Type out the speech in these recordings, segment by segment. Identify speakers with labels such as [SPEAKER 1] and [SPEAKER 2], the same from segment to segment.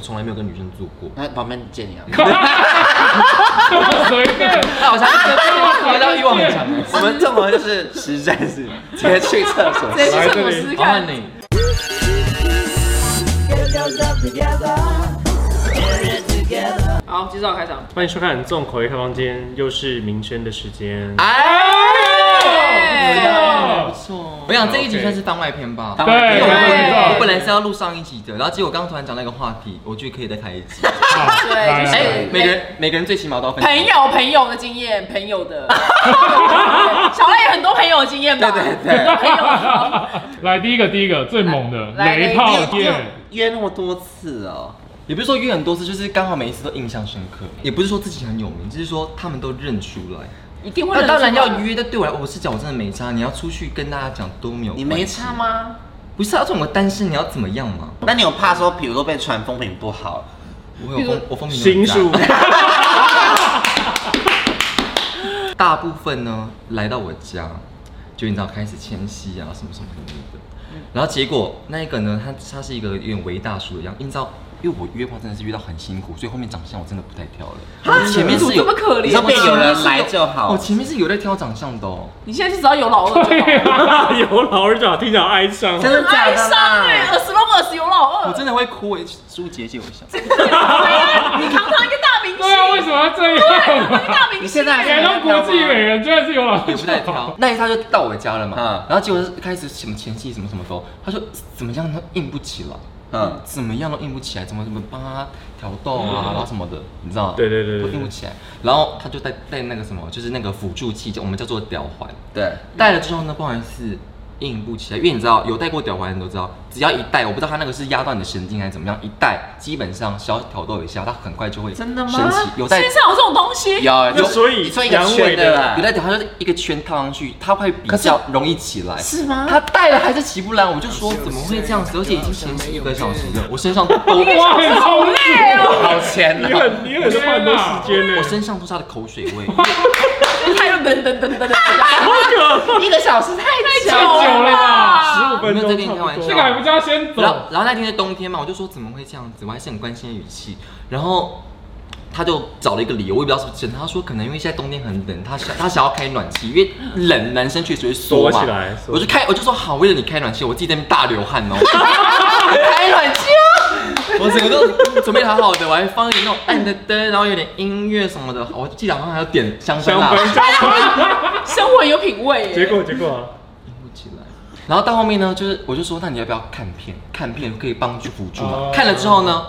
[SPEAKER 1] 从来没有跟女生做过。
[SPEAKER 2] 那旁边借 你啊。
[SPEAKER 3] 随便，
[SPEAKER 1] 那我想回到欲望很强，
[SPEAKER 2] 我们这么就是实战是直接去厕所。
[SPEAKER 4] 直接去厕所试试
[SPEAKER 1] 我看
[SPEAKER 4] 看。
[SPEAKER 1] 你。
[SPEAKER 4] 好，介绍开场。
[SPEAKER 3] 欢迎收看《纵口味开房间》，又是民生的时间。
[SPEAKER 4] 哎
[SPEAKER 1] 哎，
[SPEAKER 3] 不
[SPEAKER 1] 错。我想这一集算是番外篇吧。
[SPEAKER 2] 番
[SPEAKER 3] 对，
[SPEAKER 2] 外篇
[SPEAKER 1] 我
[SPEAKER 3] 对
[SPEAKER 1] 本来是要录上一集的，然后结果刚刚突然讲到一个话题，我觉得可以再开一集。
[SPEAKER 3] 好
[SPEAKER 4] 对
[SPEAKER 3] 来
[SPEAKER 4] 就是
[SPEAKER 3] 来
[SPEAKER 1] 哎，每个人每个人最起码都要分享。
[SPEAKER 4] 朋友朋友的经验，朋友的，小赖有很多朋友的经验吧？
[SPEAKER 2] 对对对
[SPEAKER 4] 朋友，
[SPEAKER 3] 来第一个，第一个最猛的
[SPEAKER 4] 来
[SPEAKER 3] 雷
[SPEAKER 4] 来
[SPEAKER 3] 炮
[SPEAKER 4] 雷
[SPEAKER 3] 店，
[SPEAKER 2] 约那么多次哦，
[SPEAKER 1] 也不是说约很多次，就是刚好每一次都印象深刻。也不是说自己很有名，就是说他们都认出来。
[SPEAKER 4] 一定会
[SPEAKER 1] 那
[SPEAKER 4] 忍
[SPEAKER 1] 当然
[SPEAKER 4] 住吧
[SPEAKER 1] 要约，但对我来我是讲我真的没差。你要出去跟大家讲都没有关系。
[SPEAKER 2] 你没
[SPEAKER 4] 他
[SPEAKER 2] 差吗？
[SPEAKER 4] 吗？
[SPEAKER 1] 不是啊，这种我单身你要怎么样嘛？
[SPEAKER 2] 那你有怕说，比如说被传风评不好，
[SPEAKER 1] 我有
[SPEAKER 4] 比如
[SPEAKER 1] 风，我风评都很
[SPEAKER 3] 行数
[SPEAKER 1] 大。大部分呢来到我家，就你知道开始迁徙啊，什么什么什么的。
[SPEAKER 4] 嗯
[SPEAKER 1] 然后结果那一个呢，他他是一个有点围大叔的样，因为你知道，因为我约炮真的是约到很辛苦，所以后面长相我真的不太挑了。我前面是
[SPEAKER 4] 啊你怎
[SPEAKER 1] 有
[SPEAKER 4] 么这么可怜
[SPEAKER 2] 你说被有人来就
[SPEAKER 1] 我
[SPEAKER 2] 好，
[SPEAKER 1] 哦前面是有在挑长相的哦。
[SPEAKER 4] 你现在就只要有老二就好。
[SPEAKER 3] 有老二长听起来哀伤。
[SPEAKER 2] 真的假
[SPEAKER 4] 哀
[SPEAKER 2] 的
[SPEAKER 4] 伤
[SPEAKER 2] 啦？
[SPEAKER 4] 哎，二十万二十有老二，
[SPEAKER 1] 我真的会哭，我朱姐姐我想，
[SPEAKER 4] 你扛他一个大明星，
[SPEAKER 3] 对啊，为什么要这样？
[SPEAKER 4] 一个大明星，
[SPEAKER 2] 你现在还
[SPEAKER 3] 台
[SPEAKER 2] 在
[SPEAKER 3] 湾国际美人居然是有老
[SPEAKER 1] 也不太 挑。那一下就到我家了嘛，
[SPEAKER 2] 嗯
[SPEAKER 1] 然后结果是开始什么前戏什么什么都，他说怎么样都硬不起来，
[SPEAKER 2] 嗯，
[SPEAKER 1] 怎么样都硬不起来，怎么怎么帮他挑逗
[SPEAKER 4] 嗯
[SPEAKER 1] 啊，然后什么的，你知道吗？
[SPEAKER 3] 对对对对
[SPEAKER 1] 都硬不起来。然后他就带带那个什么，就是那个辅助器，就我们叫做吊环。
[SPEAKER 2] 对，
[SPEAKER 1] 戴了之后呢，不好意思，硬不起来，因为你知道有戴过吊环的人都知道，只要一戴，我不知道他那个是压到你的神经还是怎么样，一戴基本上小挑逗一下，他很快就会
[SPEAKER 2] 真的吗
[SPEAKER 1] 神奇有戴
[SPEAKER 4] 世界上有这种东西？
[SPEAKER 1] 有
[SPEAKER 3] 那
[SPEAKER 1] 有
[SPEAKER 3] 所以
[SPEAKER 2] 你说一个
[SPEAKER 3] 阳痿
[SPEAKER 2] 圈的啦
[SPEAKER 1] 有，在讲，它就是一个圈套上去，它会比
[SPEAKER 2] 可是
[SPEAKER 1] 较容易起来。
[SPEAKER 2] 是吗？
[SPEAKER 1] 它带了还是起不来，我就说怎么会这样子？而且已经前十一个小时了，我身上都
[SPEAKER 3] 哇，很充实，
[SPEAKER 2] 好钱
[SPEAKER 3] 你
[SPEAKER 2] 哦，
[SPEAKER 3] 很你很花很多时间呢
[SPEAKER 1] 啊我。身上都是它的口水味。
[SPEAKER 4] 太等等等等等，
[SPEAKER 2] 一个小时太
[SPEAKER 4] 久
[SPEAKER 3] 太
[SPEAKER 2] 了
[SPEAKER 3] 久了吧， 十
[SPEAKER 4] 吧
[SPEAKER 3] 五分
[SPEAKER 1] 我没有在
[SPEAKER 3] 钟
[SPEAKER 1] 跟你
[SPEAKER 3] 差
[SPEAKER 1] 开
[SPEAKER 3] 不
[SPEAKER 1] 玩
[SPEAKER 3] 多。
[SPEAKER 1] 笑
[SPEAKER 3] 这个还不叫先
[SPEAKER 1] 然后
[SPEAKER 3] 走，
[SPEAKER 1] 然后那天是冬天嘛，我就说怎么会这样子？我还是很关心的语气。然后他就找了一个理由，我也不知道是不是真的。他说可能因为现在冬天很冷，他想他想要开暖气，因为冷男生确实会缩
[SPEAKER 3] 缩
[SPEAKER 1] 嘛
[SPEAKER 3] 起来缩
[SPEAKER 1] 我就开我就说好，为了你开暖气，我自己在那边大流汗 哦。开暖气啊！我整个都准备好好的，我还放一点那种暗的灯，然后有点音乐什么的。我记得好像还有点香氛
[SPEAKER 3] 香
[SPEAKER 1] 啦。
[SPEAKER 3] 氛加分。
[SPEAKER 4] 生活有品味耶。
[SPEAKER 3] 结果结果啊，
[SPEAKER 1] 不起来。然后到后面呢，就是我就说，那你要不要看片？看片可以帮助辅助嘛。
[SPEAKER 3] 哦
[SPEAKER 1] 看了之后呢，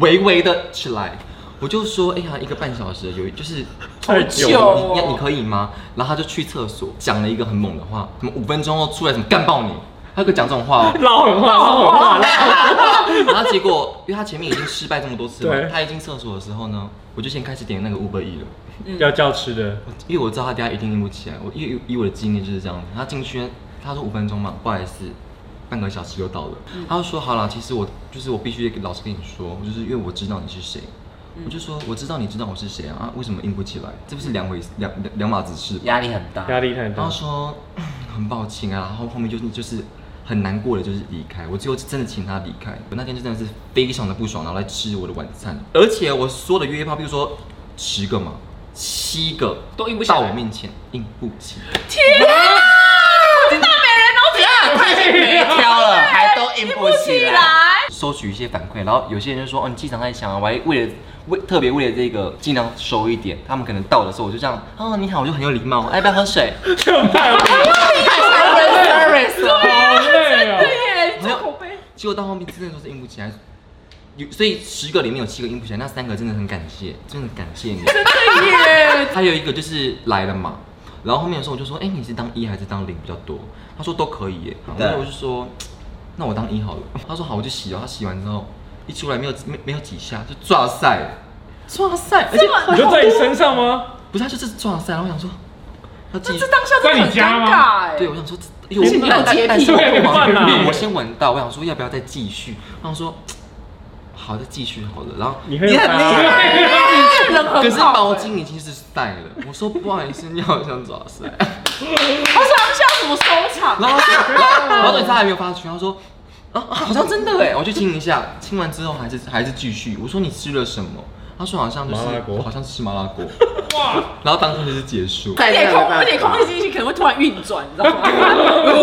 [SPEAKER 1] 微微的起来，我就说，哎呀，一个半小时有，就是
[SPEAKER 3] 太
[SPEAKER 4] 久
[SPEAKER 1] 你
[SPEAKER 4] 了
[SPEAKER 1] 你你可以吗？然后他就去厕所，讲了一个很猛的话，什么五分钟后出来，什么干爆你，他可以讲这种话哦。
[SPEAKER 3] 老狠话，老狠话，
[SPEAKER 1] 然后结果，因为他前面已经失败这么多次
[SPEAKER 3] 对
[SPEAKER 1] 了，他一进厕所的时候呢，我就先开始点那个五百亿了。
[SPEAKER 3] 要叫吃的。
[SPEAKER 1] 因为我知道他等下一定硬不起来，我因为以我的经验就是这样子，他进去他说五分钟嘛，不好意思，半个小时就到了，他就说好了，其实我就是我必须得老实跟你说，就是因为我知道你是谁，我就说我知道你知道我是谁啊，啊为什么硬不起来？这不是两回事两两两码子事吧？
[SPEAKER 2] 压力很大，
[SPEAKER 3] 压力太
[SPEAKER 1] 然
[SPEAKER 3] 大
[SPEAKER 1] 后，说嗯很抱歉啊，然后后面就是就是很难过的就是离开，我最后真的请他离开。我那天就真的是非常的不爽，然后来吃我的晚餐，而且我说的约炮，比如说十个嘛，七个
[SPEAKER 4] 都硬不起来
[SPEAKER 1] 到我面前硬不起来，
[SPEAKER 4] 天啊，是大美人，然后怎样？
[SPEAKER 2] 太哎没挑了，还都硬不啊起
[SPEAKER 4] 起
[SPEAKER 2] 来。
[SPEAKER 4] 来，
[SPEAKER 1] 收取一些反馈，然后有些人就说哦你机场太强啊，我还为了为特别为了这个尽量收一点，他们可能到的时候我就这样哦你好，我就很有礼貌，要不要喝水？
[SPEAKER 3] 这种太无
[SPEAKER 2] 太 service 了。
[SPEAKER 3] 好累哦。
[SPEAKER 4] 对耶，
[SPEAKER 1] 没
[SPEAKER 4] 这
[SPEAKER 1] 有
[SPEAKER 4] 口碑。
[SPEAKER 1] 结果到后面真的都是硬不起来，有所以十个里面有七个硬不起来，那三个真的很感谢，真的感谢你。
[SPEAKER 4] 对耶，
[SPEAKER 1] 还有一个就是来了嘛，然后后面的时候我就说，哎、你是当一还是当零比较多？他说都可以耶，
[SPEAKER 2] 对
[SPEAKER 1] 然后我就说，嗯那我当一好了。他说好，我就洗了。他洗完之后一出来没有没没有几下就抓塞了，抓塞，而且
[SPEAKER 3] 你就在你身上吗？
[SPEAKER 1] 不是他就是抓塞，然后我想说，他自
[SPEAKER 4] 这
[SPEAKER 1] 己
[SPEAKER 4] 这当下真的很尴尬哎。
[SPEAKER 1] 对，我想说，这哎
[SPEAKER 4] 且你有洁癖
[SPEAKER 1] 但是我
[SPEAKER 3] 对
[SPEAKER 1] 不
[SPEAKER 3] 我
[SPEAKER 1] 忙
[SPEAKER 3] 看到
[SPEAKER 1] 没有我先闻到，我想说要不要再继续？我想说，好，再继续好了。然后
[SPEAKER 3] 你很厉害，
[SPEAKER 4] 哎人
[SPEAKER 1] 可
[SPEAKER 4] 很
[SPEAKER 1] 是
[SPEAKER 4] 好
[SPEAKER 1] 毛巾已经是带了，我说不好意思，你好像抓塞。
[SPEAKER 4] 他是当下怎么收场？
[SPEAKER 1] 然后他说，然后他还没有发出去，他说啊，啊好像真的哎，我去亲一下，亲完之后还是还是继续。我说你吃了什么？他说好像就是
[SPEAKER 3] 麻辣锅
[SPEAKER 1] 好像吃麻辣锅，然后当天就是结束。
[SPEAKER 2] 再
[SPEAKER 4] 裂
[SPEAKER 2] 也没
[SPEAKER 4] 空，
[SPEAKER 2] 办
[SPEAKER 4] 裂
[SPEAKER 2] 法
[SPEAKER 4] 空的心情可能会突然运转，你知 道吗？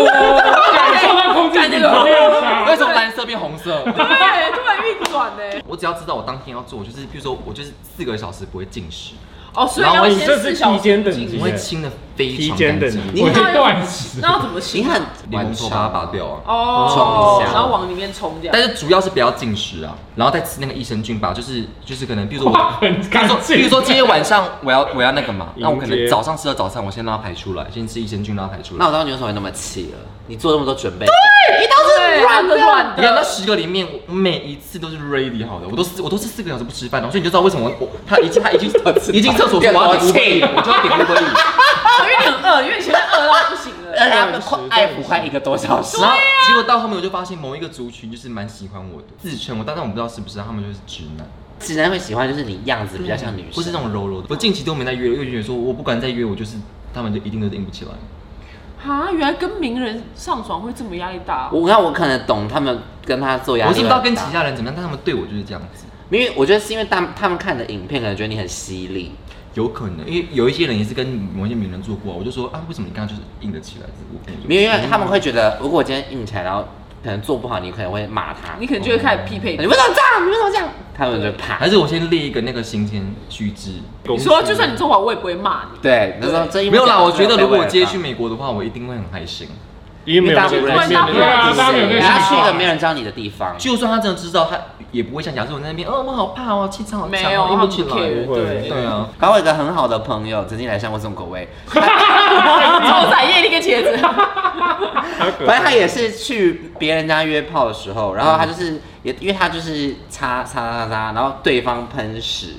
[SPEAKER 3] 感受到空气紧张量
[SPEAKER 1] 为
[SPEAKER 3] 差。
[SPEAKER 1] 什么蓝色变红 色？
[SPEAKER 4] 对，突然运转呢。
[SPEAKER 1] 我只要知道我当天要做，我就是比如说我就是四个小时不会进食，
[SPEAKER 4] 哦，所以
[SPEAKER 1] 然后
[SPEAKER 4] 要
[SPEAKER 1] 你
[SPEAKER 4] 先
[SPEAKER 3] 你这
[SPEAKER 4] 四
[SPEAKER 3] 是
[SPEAKER 4] 小
[SPEAKER 3] 提
[SPEAKER 4] 时，
[SPEAKER 3] 前等级
[SPEAKER 1] 我会
[SPEAKER 3] 耶，
[SPEAKER 1] 清的非
[SPEAKER 3] 提
[SPEAKER 1] 常
[SPEAKER 3] 前
[SPEAKER 1] 干
[SPEAKER 3] 等级
[SPEAKER 1] 净，，
[SPEAKER 2] 你
[SPEAKER 3] 我
[SPEAKER 2] 看
[SPEAKER 3] 会断食。
[SPEAKER 4] 那要怎么洗
[SPEAKER 2] 你？很
[SPEAKER 1] 连
[SPEAKER 2] 顽
[SPEAKER 1] 骨头
[SPEAKER 2] 强，
[SPEAKER 1] 把它拔掉啊。
[SPEAKER 4] 哦
[SPEAKER 2] 冲一，下
[SPEAKER 4] 然后往里面冲掉。
[SPEAKER 1] 但是主要是不要进食啊，然后再吃那个益生菌吧，就是就是可能，比如说
[SPEAKER 3] 哇
[SPEAKER 1] 我，
[SPEAKER 3] 很
[SPEAKER 1] 比如
[SPEAKER 3] 干
[SPEAKER 1] 说
[SPEAKER 3] 净
[SPEAKER 1] 比如说今天晚上我要我要那个嘛，
[SPEAKER 3] 迎接
[SPEAKER 1] 那我可能早上吃了早餐，我先让它排出来，先吃益生菌让它排出
[SPEAKER 2] 那
[SPEAKER 1] 来。
[SPEAKER 2] 我当时为什么会那么气了？你做那么多准备，
[SPEAKER 4] 你都是软的软
[SPEAKER 1] 你看那
[SPEAKER 4] 的，
[SPEAKER 1] 十个里面，我每一次都是 ready 好的，我都是我都是四个小时不吃饭的，哦所以你就知道为什么我我他一进他一进一进厕所说我要点乌龟，
[SPEAKER 2] 我
[SPEAKER 1] 我就要点乌龟。
[SPEAKER 4] 哦因为很饿，因为前面饿到不行了。
[SPEAKER 2] 让他们快爱抚快一个多小时。
[SPEAKER 1] 然后结果到后面我就发现某一个族群就是蛮喜欢我的，自称我，但但我不知道是不是，他们就是直男。
[SPEAKER 2] 直男会喜欢就是你样子比较像女生，
[SPEAKER 1] 不是那种柔柔的。我近期都没在约了，因为觉得说我不管再约，我就是他们就一定都硬不起来。
[SPEAKER 4] 啊，原来跟名人上床会这么压力大。哦
[SPEAKER 2] 我看我可能懂他们跟他做压力
[SPEAKER 1] 我
[SPEAKER 2] 很
[SPEAKER 1] 是
[SPEAKER 2] 大，
[SPEAKER 1] 不知道跟其他人怎么样，但他们对我就是这样子。
[SPEAKER 2] 因为我觉得是因为他他们看的影片可能觉得你很犀利，
[SPEAKER 1] 有可能，因为有一些人也是跟某些名人做过啊，我就说啊，为什么你刚刚就是硬得起来？这个
[SPEAKER 2] 没有，因为他们会觉得如果我今天硬起来，然后可能做不好，你可能会骂他，
[SPEAKER 4] 你可能就会开始匹配
[SPEAKER 2] 你。为什么这样？你为什么这样？他们就怕
[SPEAKER 1] 还。是我先列一个那个行前须知。
[SPEAKER 4] 你说就算你做好，我也不会骂你。
[SPEAKER 2] 对，那时候这一
[SPEAKER 1] 没有啦，我觉得如果我今天去美国的话，我一定会很开心。
[SPEAKER 3] 因为没有
[SPEAKER 2] 大
[SPEAKER 3] 那
[SPEAKER 2] 家
[SPEAKER 3] 个
[SPEAKER 2] 不
[SPEAKER 3] 人
[SPEAKER 2] 认识你，
[SPEAKER 3] 性
[SPEAKER 4] 大家不
[SPEAKER 3] 对啊，大家没有
[SPEAKER 4] 认识
[SPEAKER 3] 跟
[SPEAKER 4] 你
[SPEAKER 2] 然后去一个没
[SPEAKER 3] 你
[SPEAKER 2] 有人知道你的地方，
[SPEAKER 1] 就算他真的知道，他也不会像假设我在那边，哦，我好怕哦，气场好
[SPEAKER 4] 没
[SPEAKER 1] 强
[SPEAKER 4] 有，
[SPEAKER 1] 哦，
[SPEAKER 4] 他
[SPEAKER 1] 硬
[SPEAKER 4] 们
[SPEAKER 1] 不
[SPEAKER 4] 不
[SPEAKER 1] 起
[SPEAKER 4] care，
[SPEAKER 1] 来。
[SPEAKER 3] 不会
[SPEAKER 4] 对。
[SPEAKER 1] 对啊，
[SPEAKER 2] 刚好有一个很好的朋友曾经来上过重口味，
[SPEAKER 4] 超载夜那个茄 子，
[SPEAKER 2] 反正他也是去别人家约炮的时候，然后他就是也因为他就是擦擦擦擦，然后对方喷屎，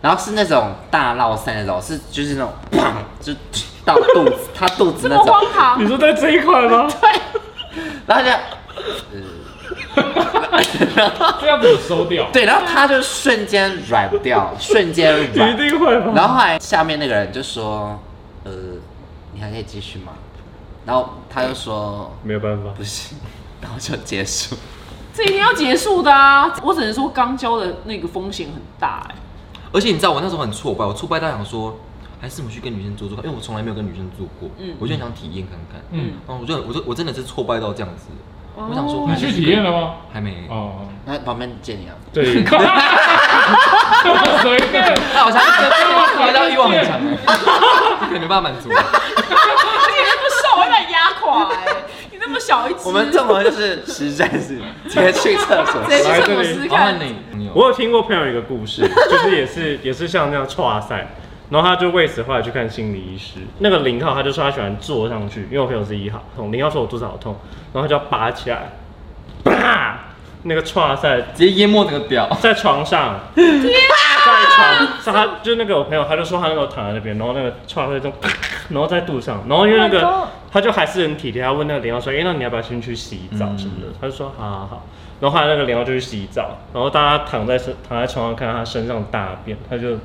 [SPEAKER 2] 然后是那种大落散那种，是就是那种砰就到肚子他肚子
[SPEAKER 4] 这
[SPEAKER 2] 那
[SPEAKER 4] 么
[SPEAKER 2] 种，
[SPEAKER 4] 荒唐
[SPEAKER 3] 你。说在这一块吗？
[SPEAKER 2] 然后他就。
[SPEAKER 3] 这要怎么收掉？
[SPEAKER 2] 对，然后他就瞬间软掉，瞬间
[SPEAKER 3] 一
[SPEAKER 2] 软。
[SPEAKER 3] 定会吧？
[SPEAKER 2] 然后后来下面那个人就说：“呃，你还可以继续吗？”然后他就说
[SPEAKER 3] 没有办法：“，
[SPEAKER 2] 不行。”然后就结束。
[SPEAKER 4] 这一定要结束的啊！我只能说，刚交的那个风险很大哎、
[SPEAKER 1] 而且你知道我那时候很挫败，我挫败到想说，还是我去跟女生做做看，因为我从来没有跟女生做过，
[SPEAKER 4] 嗯
[SPEAKER 1] 我就很想体验看看。
[SPEAKER 3] 嗯，
[SPEAKER 1] 然后我就我就我真的是挫败到这样子，我想说
[SPEAKER 4] 哦
[SPEAKER 1] 还
[SPEAKER 5] 你
[SPEAKER 1] 是
[SPEAKER 5] 去
[SPEAKER 1] 跟
[SPEAKER 5] 体验了吗？
[SPEAKER 1] 还没。
[SPEAKER 5] 哦，
[SPEAKER 2] 那旁边见你啊，
[SPEAKER 3] 对，随便。
[SPEAKER 1] 那啊我想 说，回到欲望很强，可能没办法满足。
[SPEAKER 4] 而且那么瘦，会把你压垮哎、 你那么小一只，
[SPEAKER 2] 我们这么就是实在是直接去厕所。哎
[SPEAKER 4] 谁去厕所试试
[SPEAKER 1] 好换？
[SPEAKER 4] 看
[SPEAKER 1] 你朋友，
[SPEAKER 3] 我有听过朋友一个故事，就是也是也是像那样跨赛，然后他就为此后来去看心理医师。那个零号他就说他喜欢坐上去，因为我朋友是一号，痛零号说我肚子好痛，然后他就要拔起来，啪，那个跨赛
[SPEAKER 1] 直接淹没整个屌。
[SPEAKER 3] 在床上，在床，他就那个我朋友，他就说他那时候躺在那边，然后那个串会中， 然后在肚上，然后因为那
[SPEAKER 4] Oh my
[SPEAKER 3] 个
[SPEAKER 4] God
[SPEAKER 3] 他就还是很体贴，他问那个莲花说，哎、那你要不要先去洗澡什么的？他就说好好好，然后后来那个莲花就去洗澡，然后大家躺在身躺在床上看他身上大便，他就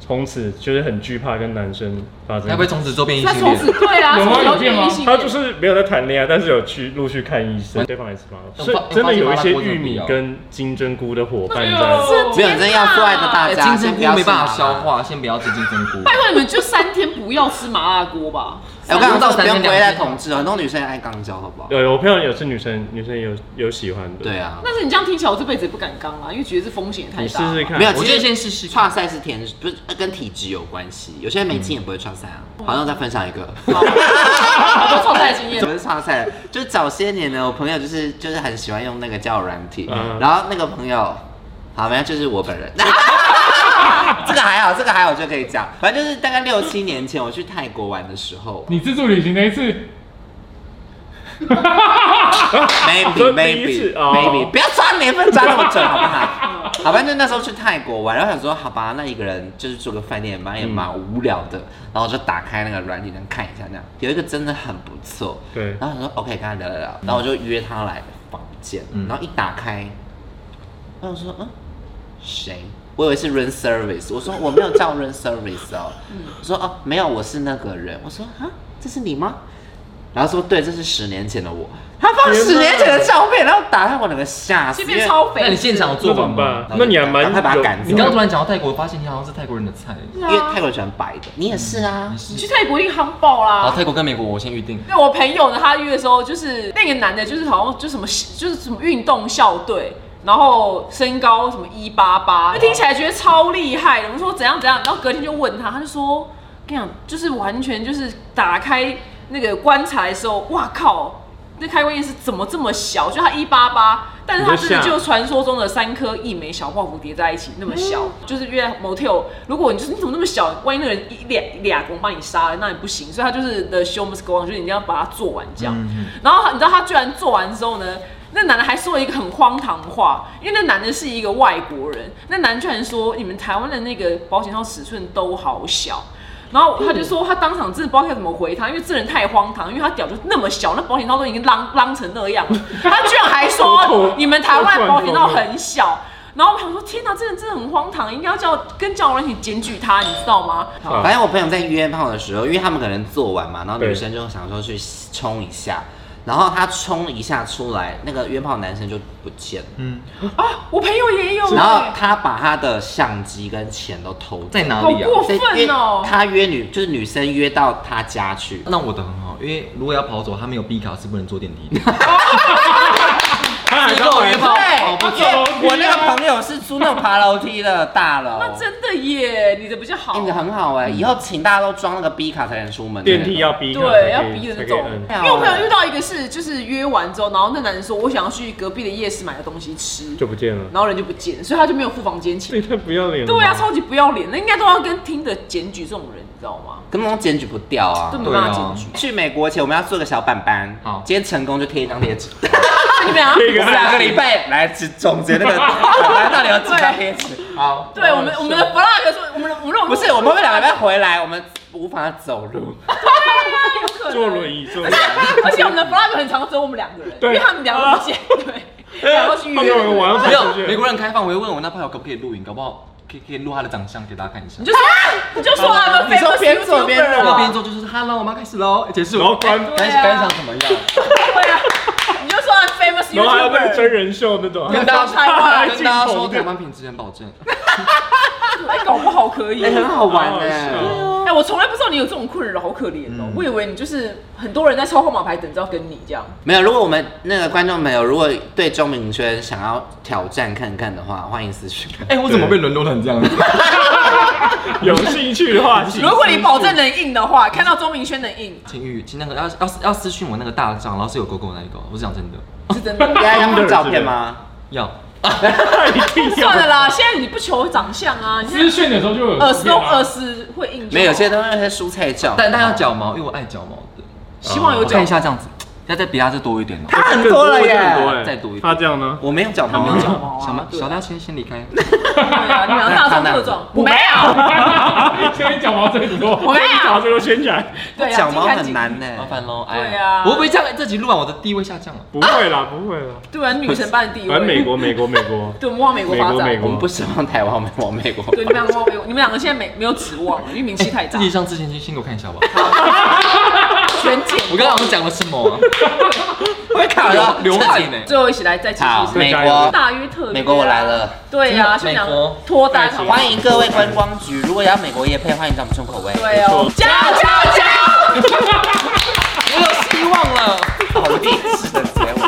[SPEAKER 3] 从此就是很惧怕跟男生发生
[SPEAKER 1] 他。会从此周边异
[SPEAKER 4] 那
[SPEAKER 1] 性
[SPEAKER 4] 从此
[SPEAKER 1] 恋？
[SPEAKER 4] 对啊，
[SPEAKER 5] 有吗
[SPEAKER 4] 从此
[SPEAKER 5] 有
[SPEAKER 4] 都变
[SPEAKER 5] 见吗
[SPEAKER 4] 异性
[SPEAKER 3] 他
[SPEAKER 4] 恋
[SPEAKER 3] 就是没有在谈恋爱，但是有去陆续看医生，对方也是麻
[SPEAKER 1] 我
[SPEAKER 3] 所以
[SPEAKER 1] 发
[SPEAKER 3] 真的
[SPEAKER 1] 我发现
[SPEAKER 3] 有一
[SPEAKER 1] 麻辣
[SPEAKER 3] 些
[SPEAKER 1] 锅真的
[SPEAKER 3] 玉
[SPEAKER 1] 不
[SPEAKER 3] 米
[SPEAKER 1] 要
[SPEAKER 3] 跟金针菇的伙伴
[SPEAKER 5] 哎呦
[SPEAKER 3] 在。
[SPEAKER 4] 是
[SPEAKER 5] 是
[SPEAKER 2] 没有真要做爱的大
[SPEAKER 1] 哎
[SPEAKER 2] 家，
[SPEAKER 1] 金
[SPEAKER 2] 先
[SPEAKER 1] 针
[SPEAKER 2] 不
[SPEAKER 1] 菇
[SPEAKER 2] 要
[SPEAKER 1] 没办法
[SPEAKER 2] 吃麻辣
[SPEAKER 1] 消。化，先不要吃金针菇。
[SPEAKER 4] 拜托你们就三天不要吃麻辣锅吧。
[SPEAKER 2] 哎，我跟你
[SPEAKER 1] 到
[SPEAKER 2] 说，不
[SPEAKER 1] 三
[SPEAKER 2] 用
[SPEAKER 1] 天
[SPEAKER 2] 回来
[SPEAKER 1] 两
[SPEAKER 2] 统
[SPEAKER 1] 天。
[SPEAKER 2] 治哦，很多女生也爱肛交，好不好？
[SPEAKER 3] 有有，我朋友也是女生，女生有有喜欢的。
[SPEAKER 2] 对，啊，
[SPEAKER 4] 但是你这样听起来，我这辈子也不敢刚啦，啊因为觉得这风险也太
[SPEAKER 3] 你
[SPEAKER 4] 大
[SPEAKER 3] 试
[SPEAKER 4] 了。
[SPEAKER 3] 试看。
[SPEAKER 2] 没有
[SPEAKER 1] 我觉得先试试看。
[SPEAKER 2] 串赛是天，不是呃跟体质有关系。有些人没经也不会串赛啊。好像再分享一个，
[SPEAKER 4] 好，多创赛经验
[SPEAKER 2] 怎。么是串赛？就是早些年呢，我朋友就是就是很喜欢用那个交友软体，
[SPEAKER 3] 嗯
[SPEAKER 2] 然后那个朋友，好，反正就是我 本人。这个还好，这个还好，就可以讲。反正就是大概六七年前，我去泰国玩的时候
[SPEAKER 5] 你自助旅行那一次，
[SPEAKER 2] ，maybe
[SPEAKER 3] 说第一
[SPEAKER 2] maybe
[SPEAKER 3] 次哦
[SPEAKER 2] maybe，不要抓年份抓那么啊准，好不 好？好，反正那时候去泰国玩，然后想说，好吧，那一个人就是住个饭店，蛮也蛮无聊的，然后我就打开那个软体，能看一下那样，有一个真的很不错，
[SPEAKER 3] 对
[SPEAKER 2] 然后我说 OK，跟他聊聊聊，然后我就约他来房间，
[SPEAKER 1] 嗯
[SPEAKER 2] 然后一打开，然后我说嗯，谁？我以为是 room service，我说我没有叫 room service 哦，我说哦没有，我是那个人，我说啊这是你吗？然后说对，这是十年前的我，他放十年前的照片，然后打开我整个吓死，
[SPEAKER 4] 这边超肥。
[SPEAKER 1] 那你现场
[SPEAKER 3] 那
[SPEAKER 1] 做
[SPEAKER 3] 怎
[SPEAKER 1] 完
[SPEAKER 3] 么
[SPEAKER 1] 吗
[SPEAKER 3] 办？？那你还蛮
[SPEAKER 2] 赶快把他赶走
[SPEAKER 1] 你刚刚突然讲到泰国，我发现你好像是泰国人的菜。
[SPEAKER 4] 对
[SPEAKER 2] 因
[SPEAKER 4] 啊
[SPEAKER 2] 为泰国人喜欢白的，你也是啊
[SPEAKER 1] 你，是
[SPEAKER 4] 你去泰国一定夯爆
[SPEAKER 1] 好，
[SPEAKER 4] 啦。
[SPEAKER 1] 泰国跟美国我先预定。
[SPEAKER 4] 对我朋友呢，他约的时候，就是那个男的，就是好像就什么就是什么运动校队，然后身高什么一八八，就听起来觉得超厉害的。我说怎样怎样，然后隔天就问他，他就说跟你讲，就是完全就是打开那个棺材的时候，哇靠！那开棺夜是怎么这么小？就他一八八，但是他真的
[SPEAKER 3] 你就吓
[SPEAKER 4] 就传说中的三颗一枚小泡芙叠在一起那么小，
[SPEAKER 3] 嗯
[SPEAKER 4] 就是约 motel。如果你就是你怎么那么小，万一那个人一俩俩公把你杀了，那也不行。所以他就是 the show must go on，就是你一定要把它做完这样。
[SPEAKER 1] 嗯
[SPEAKER 4] 然后你知道他居然做完之后呢，那男的还说了一个很荒唐的话，因为那男的是一个外国人，那男的居然说你们台湾的那个保险套尺寸都好小。然后他就说，他当场真的不知道该怎么回他，因为这人太荒唐，因为他屌就那么小，那保险套都已经 啷啷成那样了，他居然还说你们台湾的保险套很小。然后我想说，天哪，这人真的很荒唐，应该要叫跟叫软体检举他，你知道吗？
[SPEAKER 3] 啊
[SPEAKER 2] 反正我朋友在约炮的时候，因为他们可能做完嘛，然后
[SPEAKER 3] 对
[SPEAKER 2] 女生就想说去冲一下，然后她冲一下出来，那个约炮男生就不见了，
[SPEAKER 1] 嗯，
[SPEAKER 4] 啊，我朋友也有、
[SPEAKER 2] 然后
[SPEAKER 4] 欸，
[SPEAKER 2] 她把她的相机跟钱都偷走。
[SPEAKER 1] 在哪
[SPEAKER 4] 好
[SPEAKER 1] 里啊？
[SPEAKER 4] 过
[SPEAKER 2] 所以因为
[SPEAKER 4] 分哦、
[SPEAKER 2] 她约女就是女生约到她家去，
[SPEAKER 1] 那我的很好，因为如果要跑走，他没有 B 卡是不能坐电 梯的。
[SPEAKER 3] 他还刚来
[SPEAKER 1] 炮
[SPEAKER 2] 对，
[SPEAKER 3] 不
[SPEAKER 2] 因
[SPEAKER 3] 走
[SPEAKER 2] 为我那个朋友是租那种爬楼梯的大楼，
[SPEAKER 4] 那真的耶，你的比较好。
[SPEAKER 2] 哎你的很好哎，以后请大家都装那个 B 卡才能出门，
[SPEAKER 3] 电梯要逼他才可
[SPEAKER 4] 对，
[SPEAKER 3] 以
[SPEAKER 4] 要逼着
[SPEAKER 3] 才可以
[SPEAKER 4] 走。
[SPEAKER 3] 摁
[SPEAKER 4] 因为我朋友遇到一个是，就是约完之后，然后那男人说我想要去隔壁的夜市买个东西吃，
[SPEAKER 3] 就不见了，
[SPEAKER 4] 然后人就不见，所以他就没有付房间
[SPEAKER 3] 这
[SPEAKER 4] 钱。
[SPEAKER 3] 也太不要脸了吧。
[SPEAKER 4] 对啊，超级不要脸，那应该都要跟听的检举这种人，你知道吗？
[SPEAKER 2] 根本都检举不掉啊
[SPEAKER 4] 都。没办
[SPEAKER 1] 对啊
[SPEAKER 4] 法检举。
[SPEAKER 2] 去美国前我们要做个小板板，
[SPEAKER 1] 好
[SPEAKER 2] 今天成功就贴一张 贴纸，
[SPEAKER 4] 那你们俩
[SPEAKER 3] 这个
[SPEAKER 2] 我们两个礼拜来只总结那个 板板到底有几张贴纸。 好，
[SPEAKER 4] 对我们我们的 flag 说我们的我们的
[SPEAKER 2] 不是我们会两个礼拜回来，我们无法走 路，
[SPEAKER 4] 有可
[SPEAKER 3] 坐
[SPEAKER 4] 能，
[SPEAKER 3] 轮椅坐轮椅，
[SPEAKER 4] 而且我们的 flag 很常只有我们两个人，因
[SPEAKER 3] 对啊
[SPEAKER 4] 为他们两个不见，对，两个去
[SPEAKER 3] 哎他们有人
[SPEAKER 4] 约。
[SPEAKER 3] 晚上
[SPEAKER 1] 没
[SPEAKER 3] 才出
[SPEAKER 1] 有，美
[SPEAKER 3] 去。
[SPEAKER 1] 国人开放，我会问我那朋友可不可以录影，搞不好可以可以录他的长相给大家看一下
[SPEAKER 4] 你。就说你就说他们
[SPEAKER 2] 你说
[SPEAKER 4] famous
[SPEAKER 2] 边做边
[SPEAKER 4] YouTuber
[SPEAKER 2] 录
[SPEAKER 1] 那
[SPEAKER 4] 啊
[SPEAKER 1] 边之后就是哈喽，我们要开始喽，结束。哎
[SPEAKER 3] 然后关
[SPEAKER 1] 感
[SPEAKER 4] 对啊
[SPEAKER 1] 感想怎么样？
[SPEAKER 4] 对啊，你就说他 famous
[SPEAKER 3] 然后还有那个
[SPEAKER 4] YouTuber。
[SPEAKER 3] 真人秀那种，
[SPEAKER 1] 跟 大家说，
[SPEAKER 3] 镜头
[SPEAKER 1] 跟大家说，台湾品质很保证。
[SPEAKER 4] 哎、搞不好可以。
[SPEAKER 2] 哎，很好玩
[SPEAKER 3] 好好
[SPEAKER 2] 哎
[SPEAKER 3] 笑。哦
[SPEAKER 4] 哎、我从来不知道你有这种困扰，好可怜哦、
[SPEAKER 1] 嗯
[SPEAKER 4] 我以为你就是很多人在抽号码牌等着要跟你 这样。
[SPEAKER 2] 没有，如果我们那个观众朋友如果对钟明轩想要挑战看看的话，欢迎私 讯。
[SPEAKER 1] 哎，我怎么被沦落成 这样子？
[SPEAKER 3] 有兴趣的话，请
[SPEAKER 4] 如果你保证能硬的话，看到钟明轩能硬，
[SPEAKER 1] 请玉，请那个要要要私讯我那个大账，然后是有狗狗那一个，我是讲真的，
[SPEAKER 4] 是 真的。
[SPEAKER 2] 大家要看照片吗？
[SPEAKER 1] 要。
[SPEAKER 3] 一定要
[SPEAKER 4] 算了啦，现在你不求长相啊，你呃
[SPEAKER 3] 资
[SPEAKER 4] 现
[SPEAKER 3] 讯的时候就有
[SPEAKER 4] 在耳丝
[SPEAKER 3] 图
[SPEAKER 4] 都
[SPEAKER 3] 片啊
[SPEAKER 4] 耳丝会硬就好。
[SPEAKER 2] 没有，现在都是那些蔬菜照。
[SPEAKER 1] 但但要脚毛，因为我爱脚毛的。
[SPEAKER 4] 希望
[SPEAKER 2] 哦
[SPEAKER 4] 有
[SPEAKER 1] 我看
[SPEAKER 4] 脚
[SPEAKER 1] 一。下这样子，要再比他这多一点哦。
[SPEAKER 2] 他很多了耶，
[SPEAKER 3] 更多哎
[SPEAKER 1] 再读一遍
[SPEAKER 3] 他这样 呢？
[SPEAKER 2] 我没有脚毛
[SPEAKER 4] 他没有脚
[SPEAKER 2] 啊，
[SPEAKER 4] 毛啊
[SPEAKER 1] 小猫，
[SPEAKER 4] 对啊
[SPEAKER 1] 小大先先离开。
[SPEAKER 4] 对啊，你们俩大中特壮，我没有。
[SPEAKER 3] 现在讲毛最多，
[SPEAKER 4] 我没有
[SPEAKER 3] 你把这个圈起来，
[SPEAKER 4] 对啊，
[SPEAKER 2] 脚毛
[SPEAKER 4] 近看
[SPEAKER 2] 很
[SPEAKER 4] 近。
[SPEAKER 2] 难呢。
[SPEAKER 1] 麻烦喽，哎，
[SPEAKER 4] 对啊
[SPEAKER 1] 我会不会这样？这集录完我的地位下降了？
[SPEAKER 3] 不会啦，不会啦。
[SPEAKER 4] 对啊，女神般的地位。
[SPEAKER 3] 反正美。国，美国，美国，
[SPEAKER 4] 对，我们往美国
[SPEAKER 3] 美
[SPEAKER 4] 发
[SPEAKER 3] 国，美
[SPEAKER 4] 展。
[SPEAKER 2] 我们不
[SPEAKER 3] 国，
[SPEAKER 2] 指望台湾，我们往美国。
[SPEAKER 4] 对，你们两个往美国，你们两个现在没没有指望了，因为名气太
[SPEAKER 1] 自
[SPEAKER 4] 大。
[SPEAKER 1] 己上之前先先给我看一下吧。
[SPEAKER 4] 全剪。
[SPEAKER 1] 我刚刚们讲了什么啊？
[SPEAKER 2] 会卡了，
[SPEAKER 1] 流汗呢？
[SPEAKER 4] 最后一起来再继续
[SPEAKER 2] 好，
[SPEAKER 4] 是
[SPEAKER 2] 美
[SPEAKER 3] 加油
[SPEAKER 2] 国，
[SPEAKER 4] 大约特约啊
[SPEAKER 2] 美国我来了。
[SPEAKER 4] 对呀、啊，去
[SPEAKER 1] 美国
[SPEAKER 4] 脱单好不好？
[SPEAKER 2] 欢迎各位观光局，如果要美国夜配，欢迎找我们重口味。
[SPEAKER 4] 对哦，加油加油加油！
[SPEAKER 1] 我有希望了。
[SPEAKER 2] 好励志的结尾。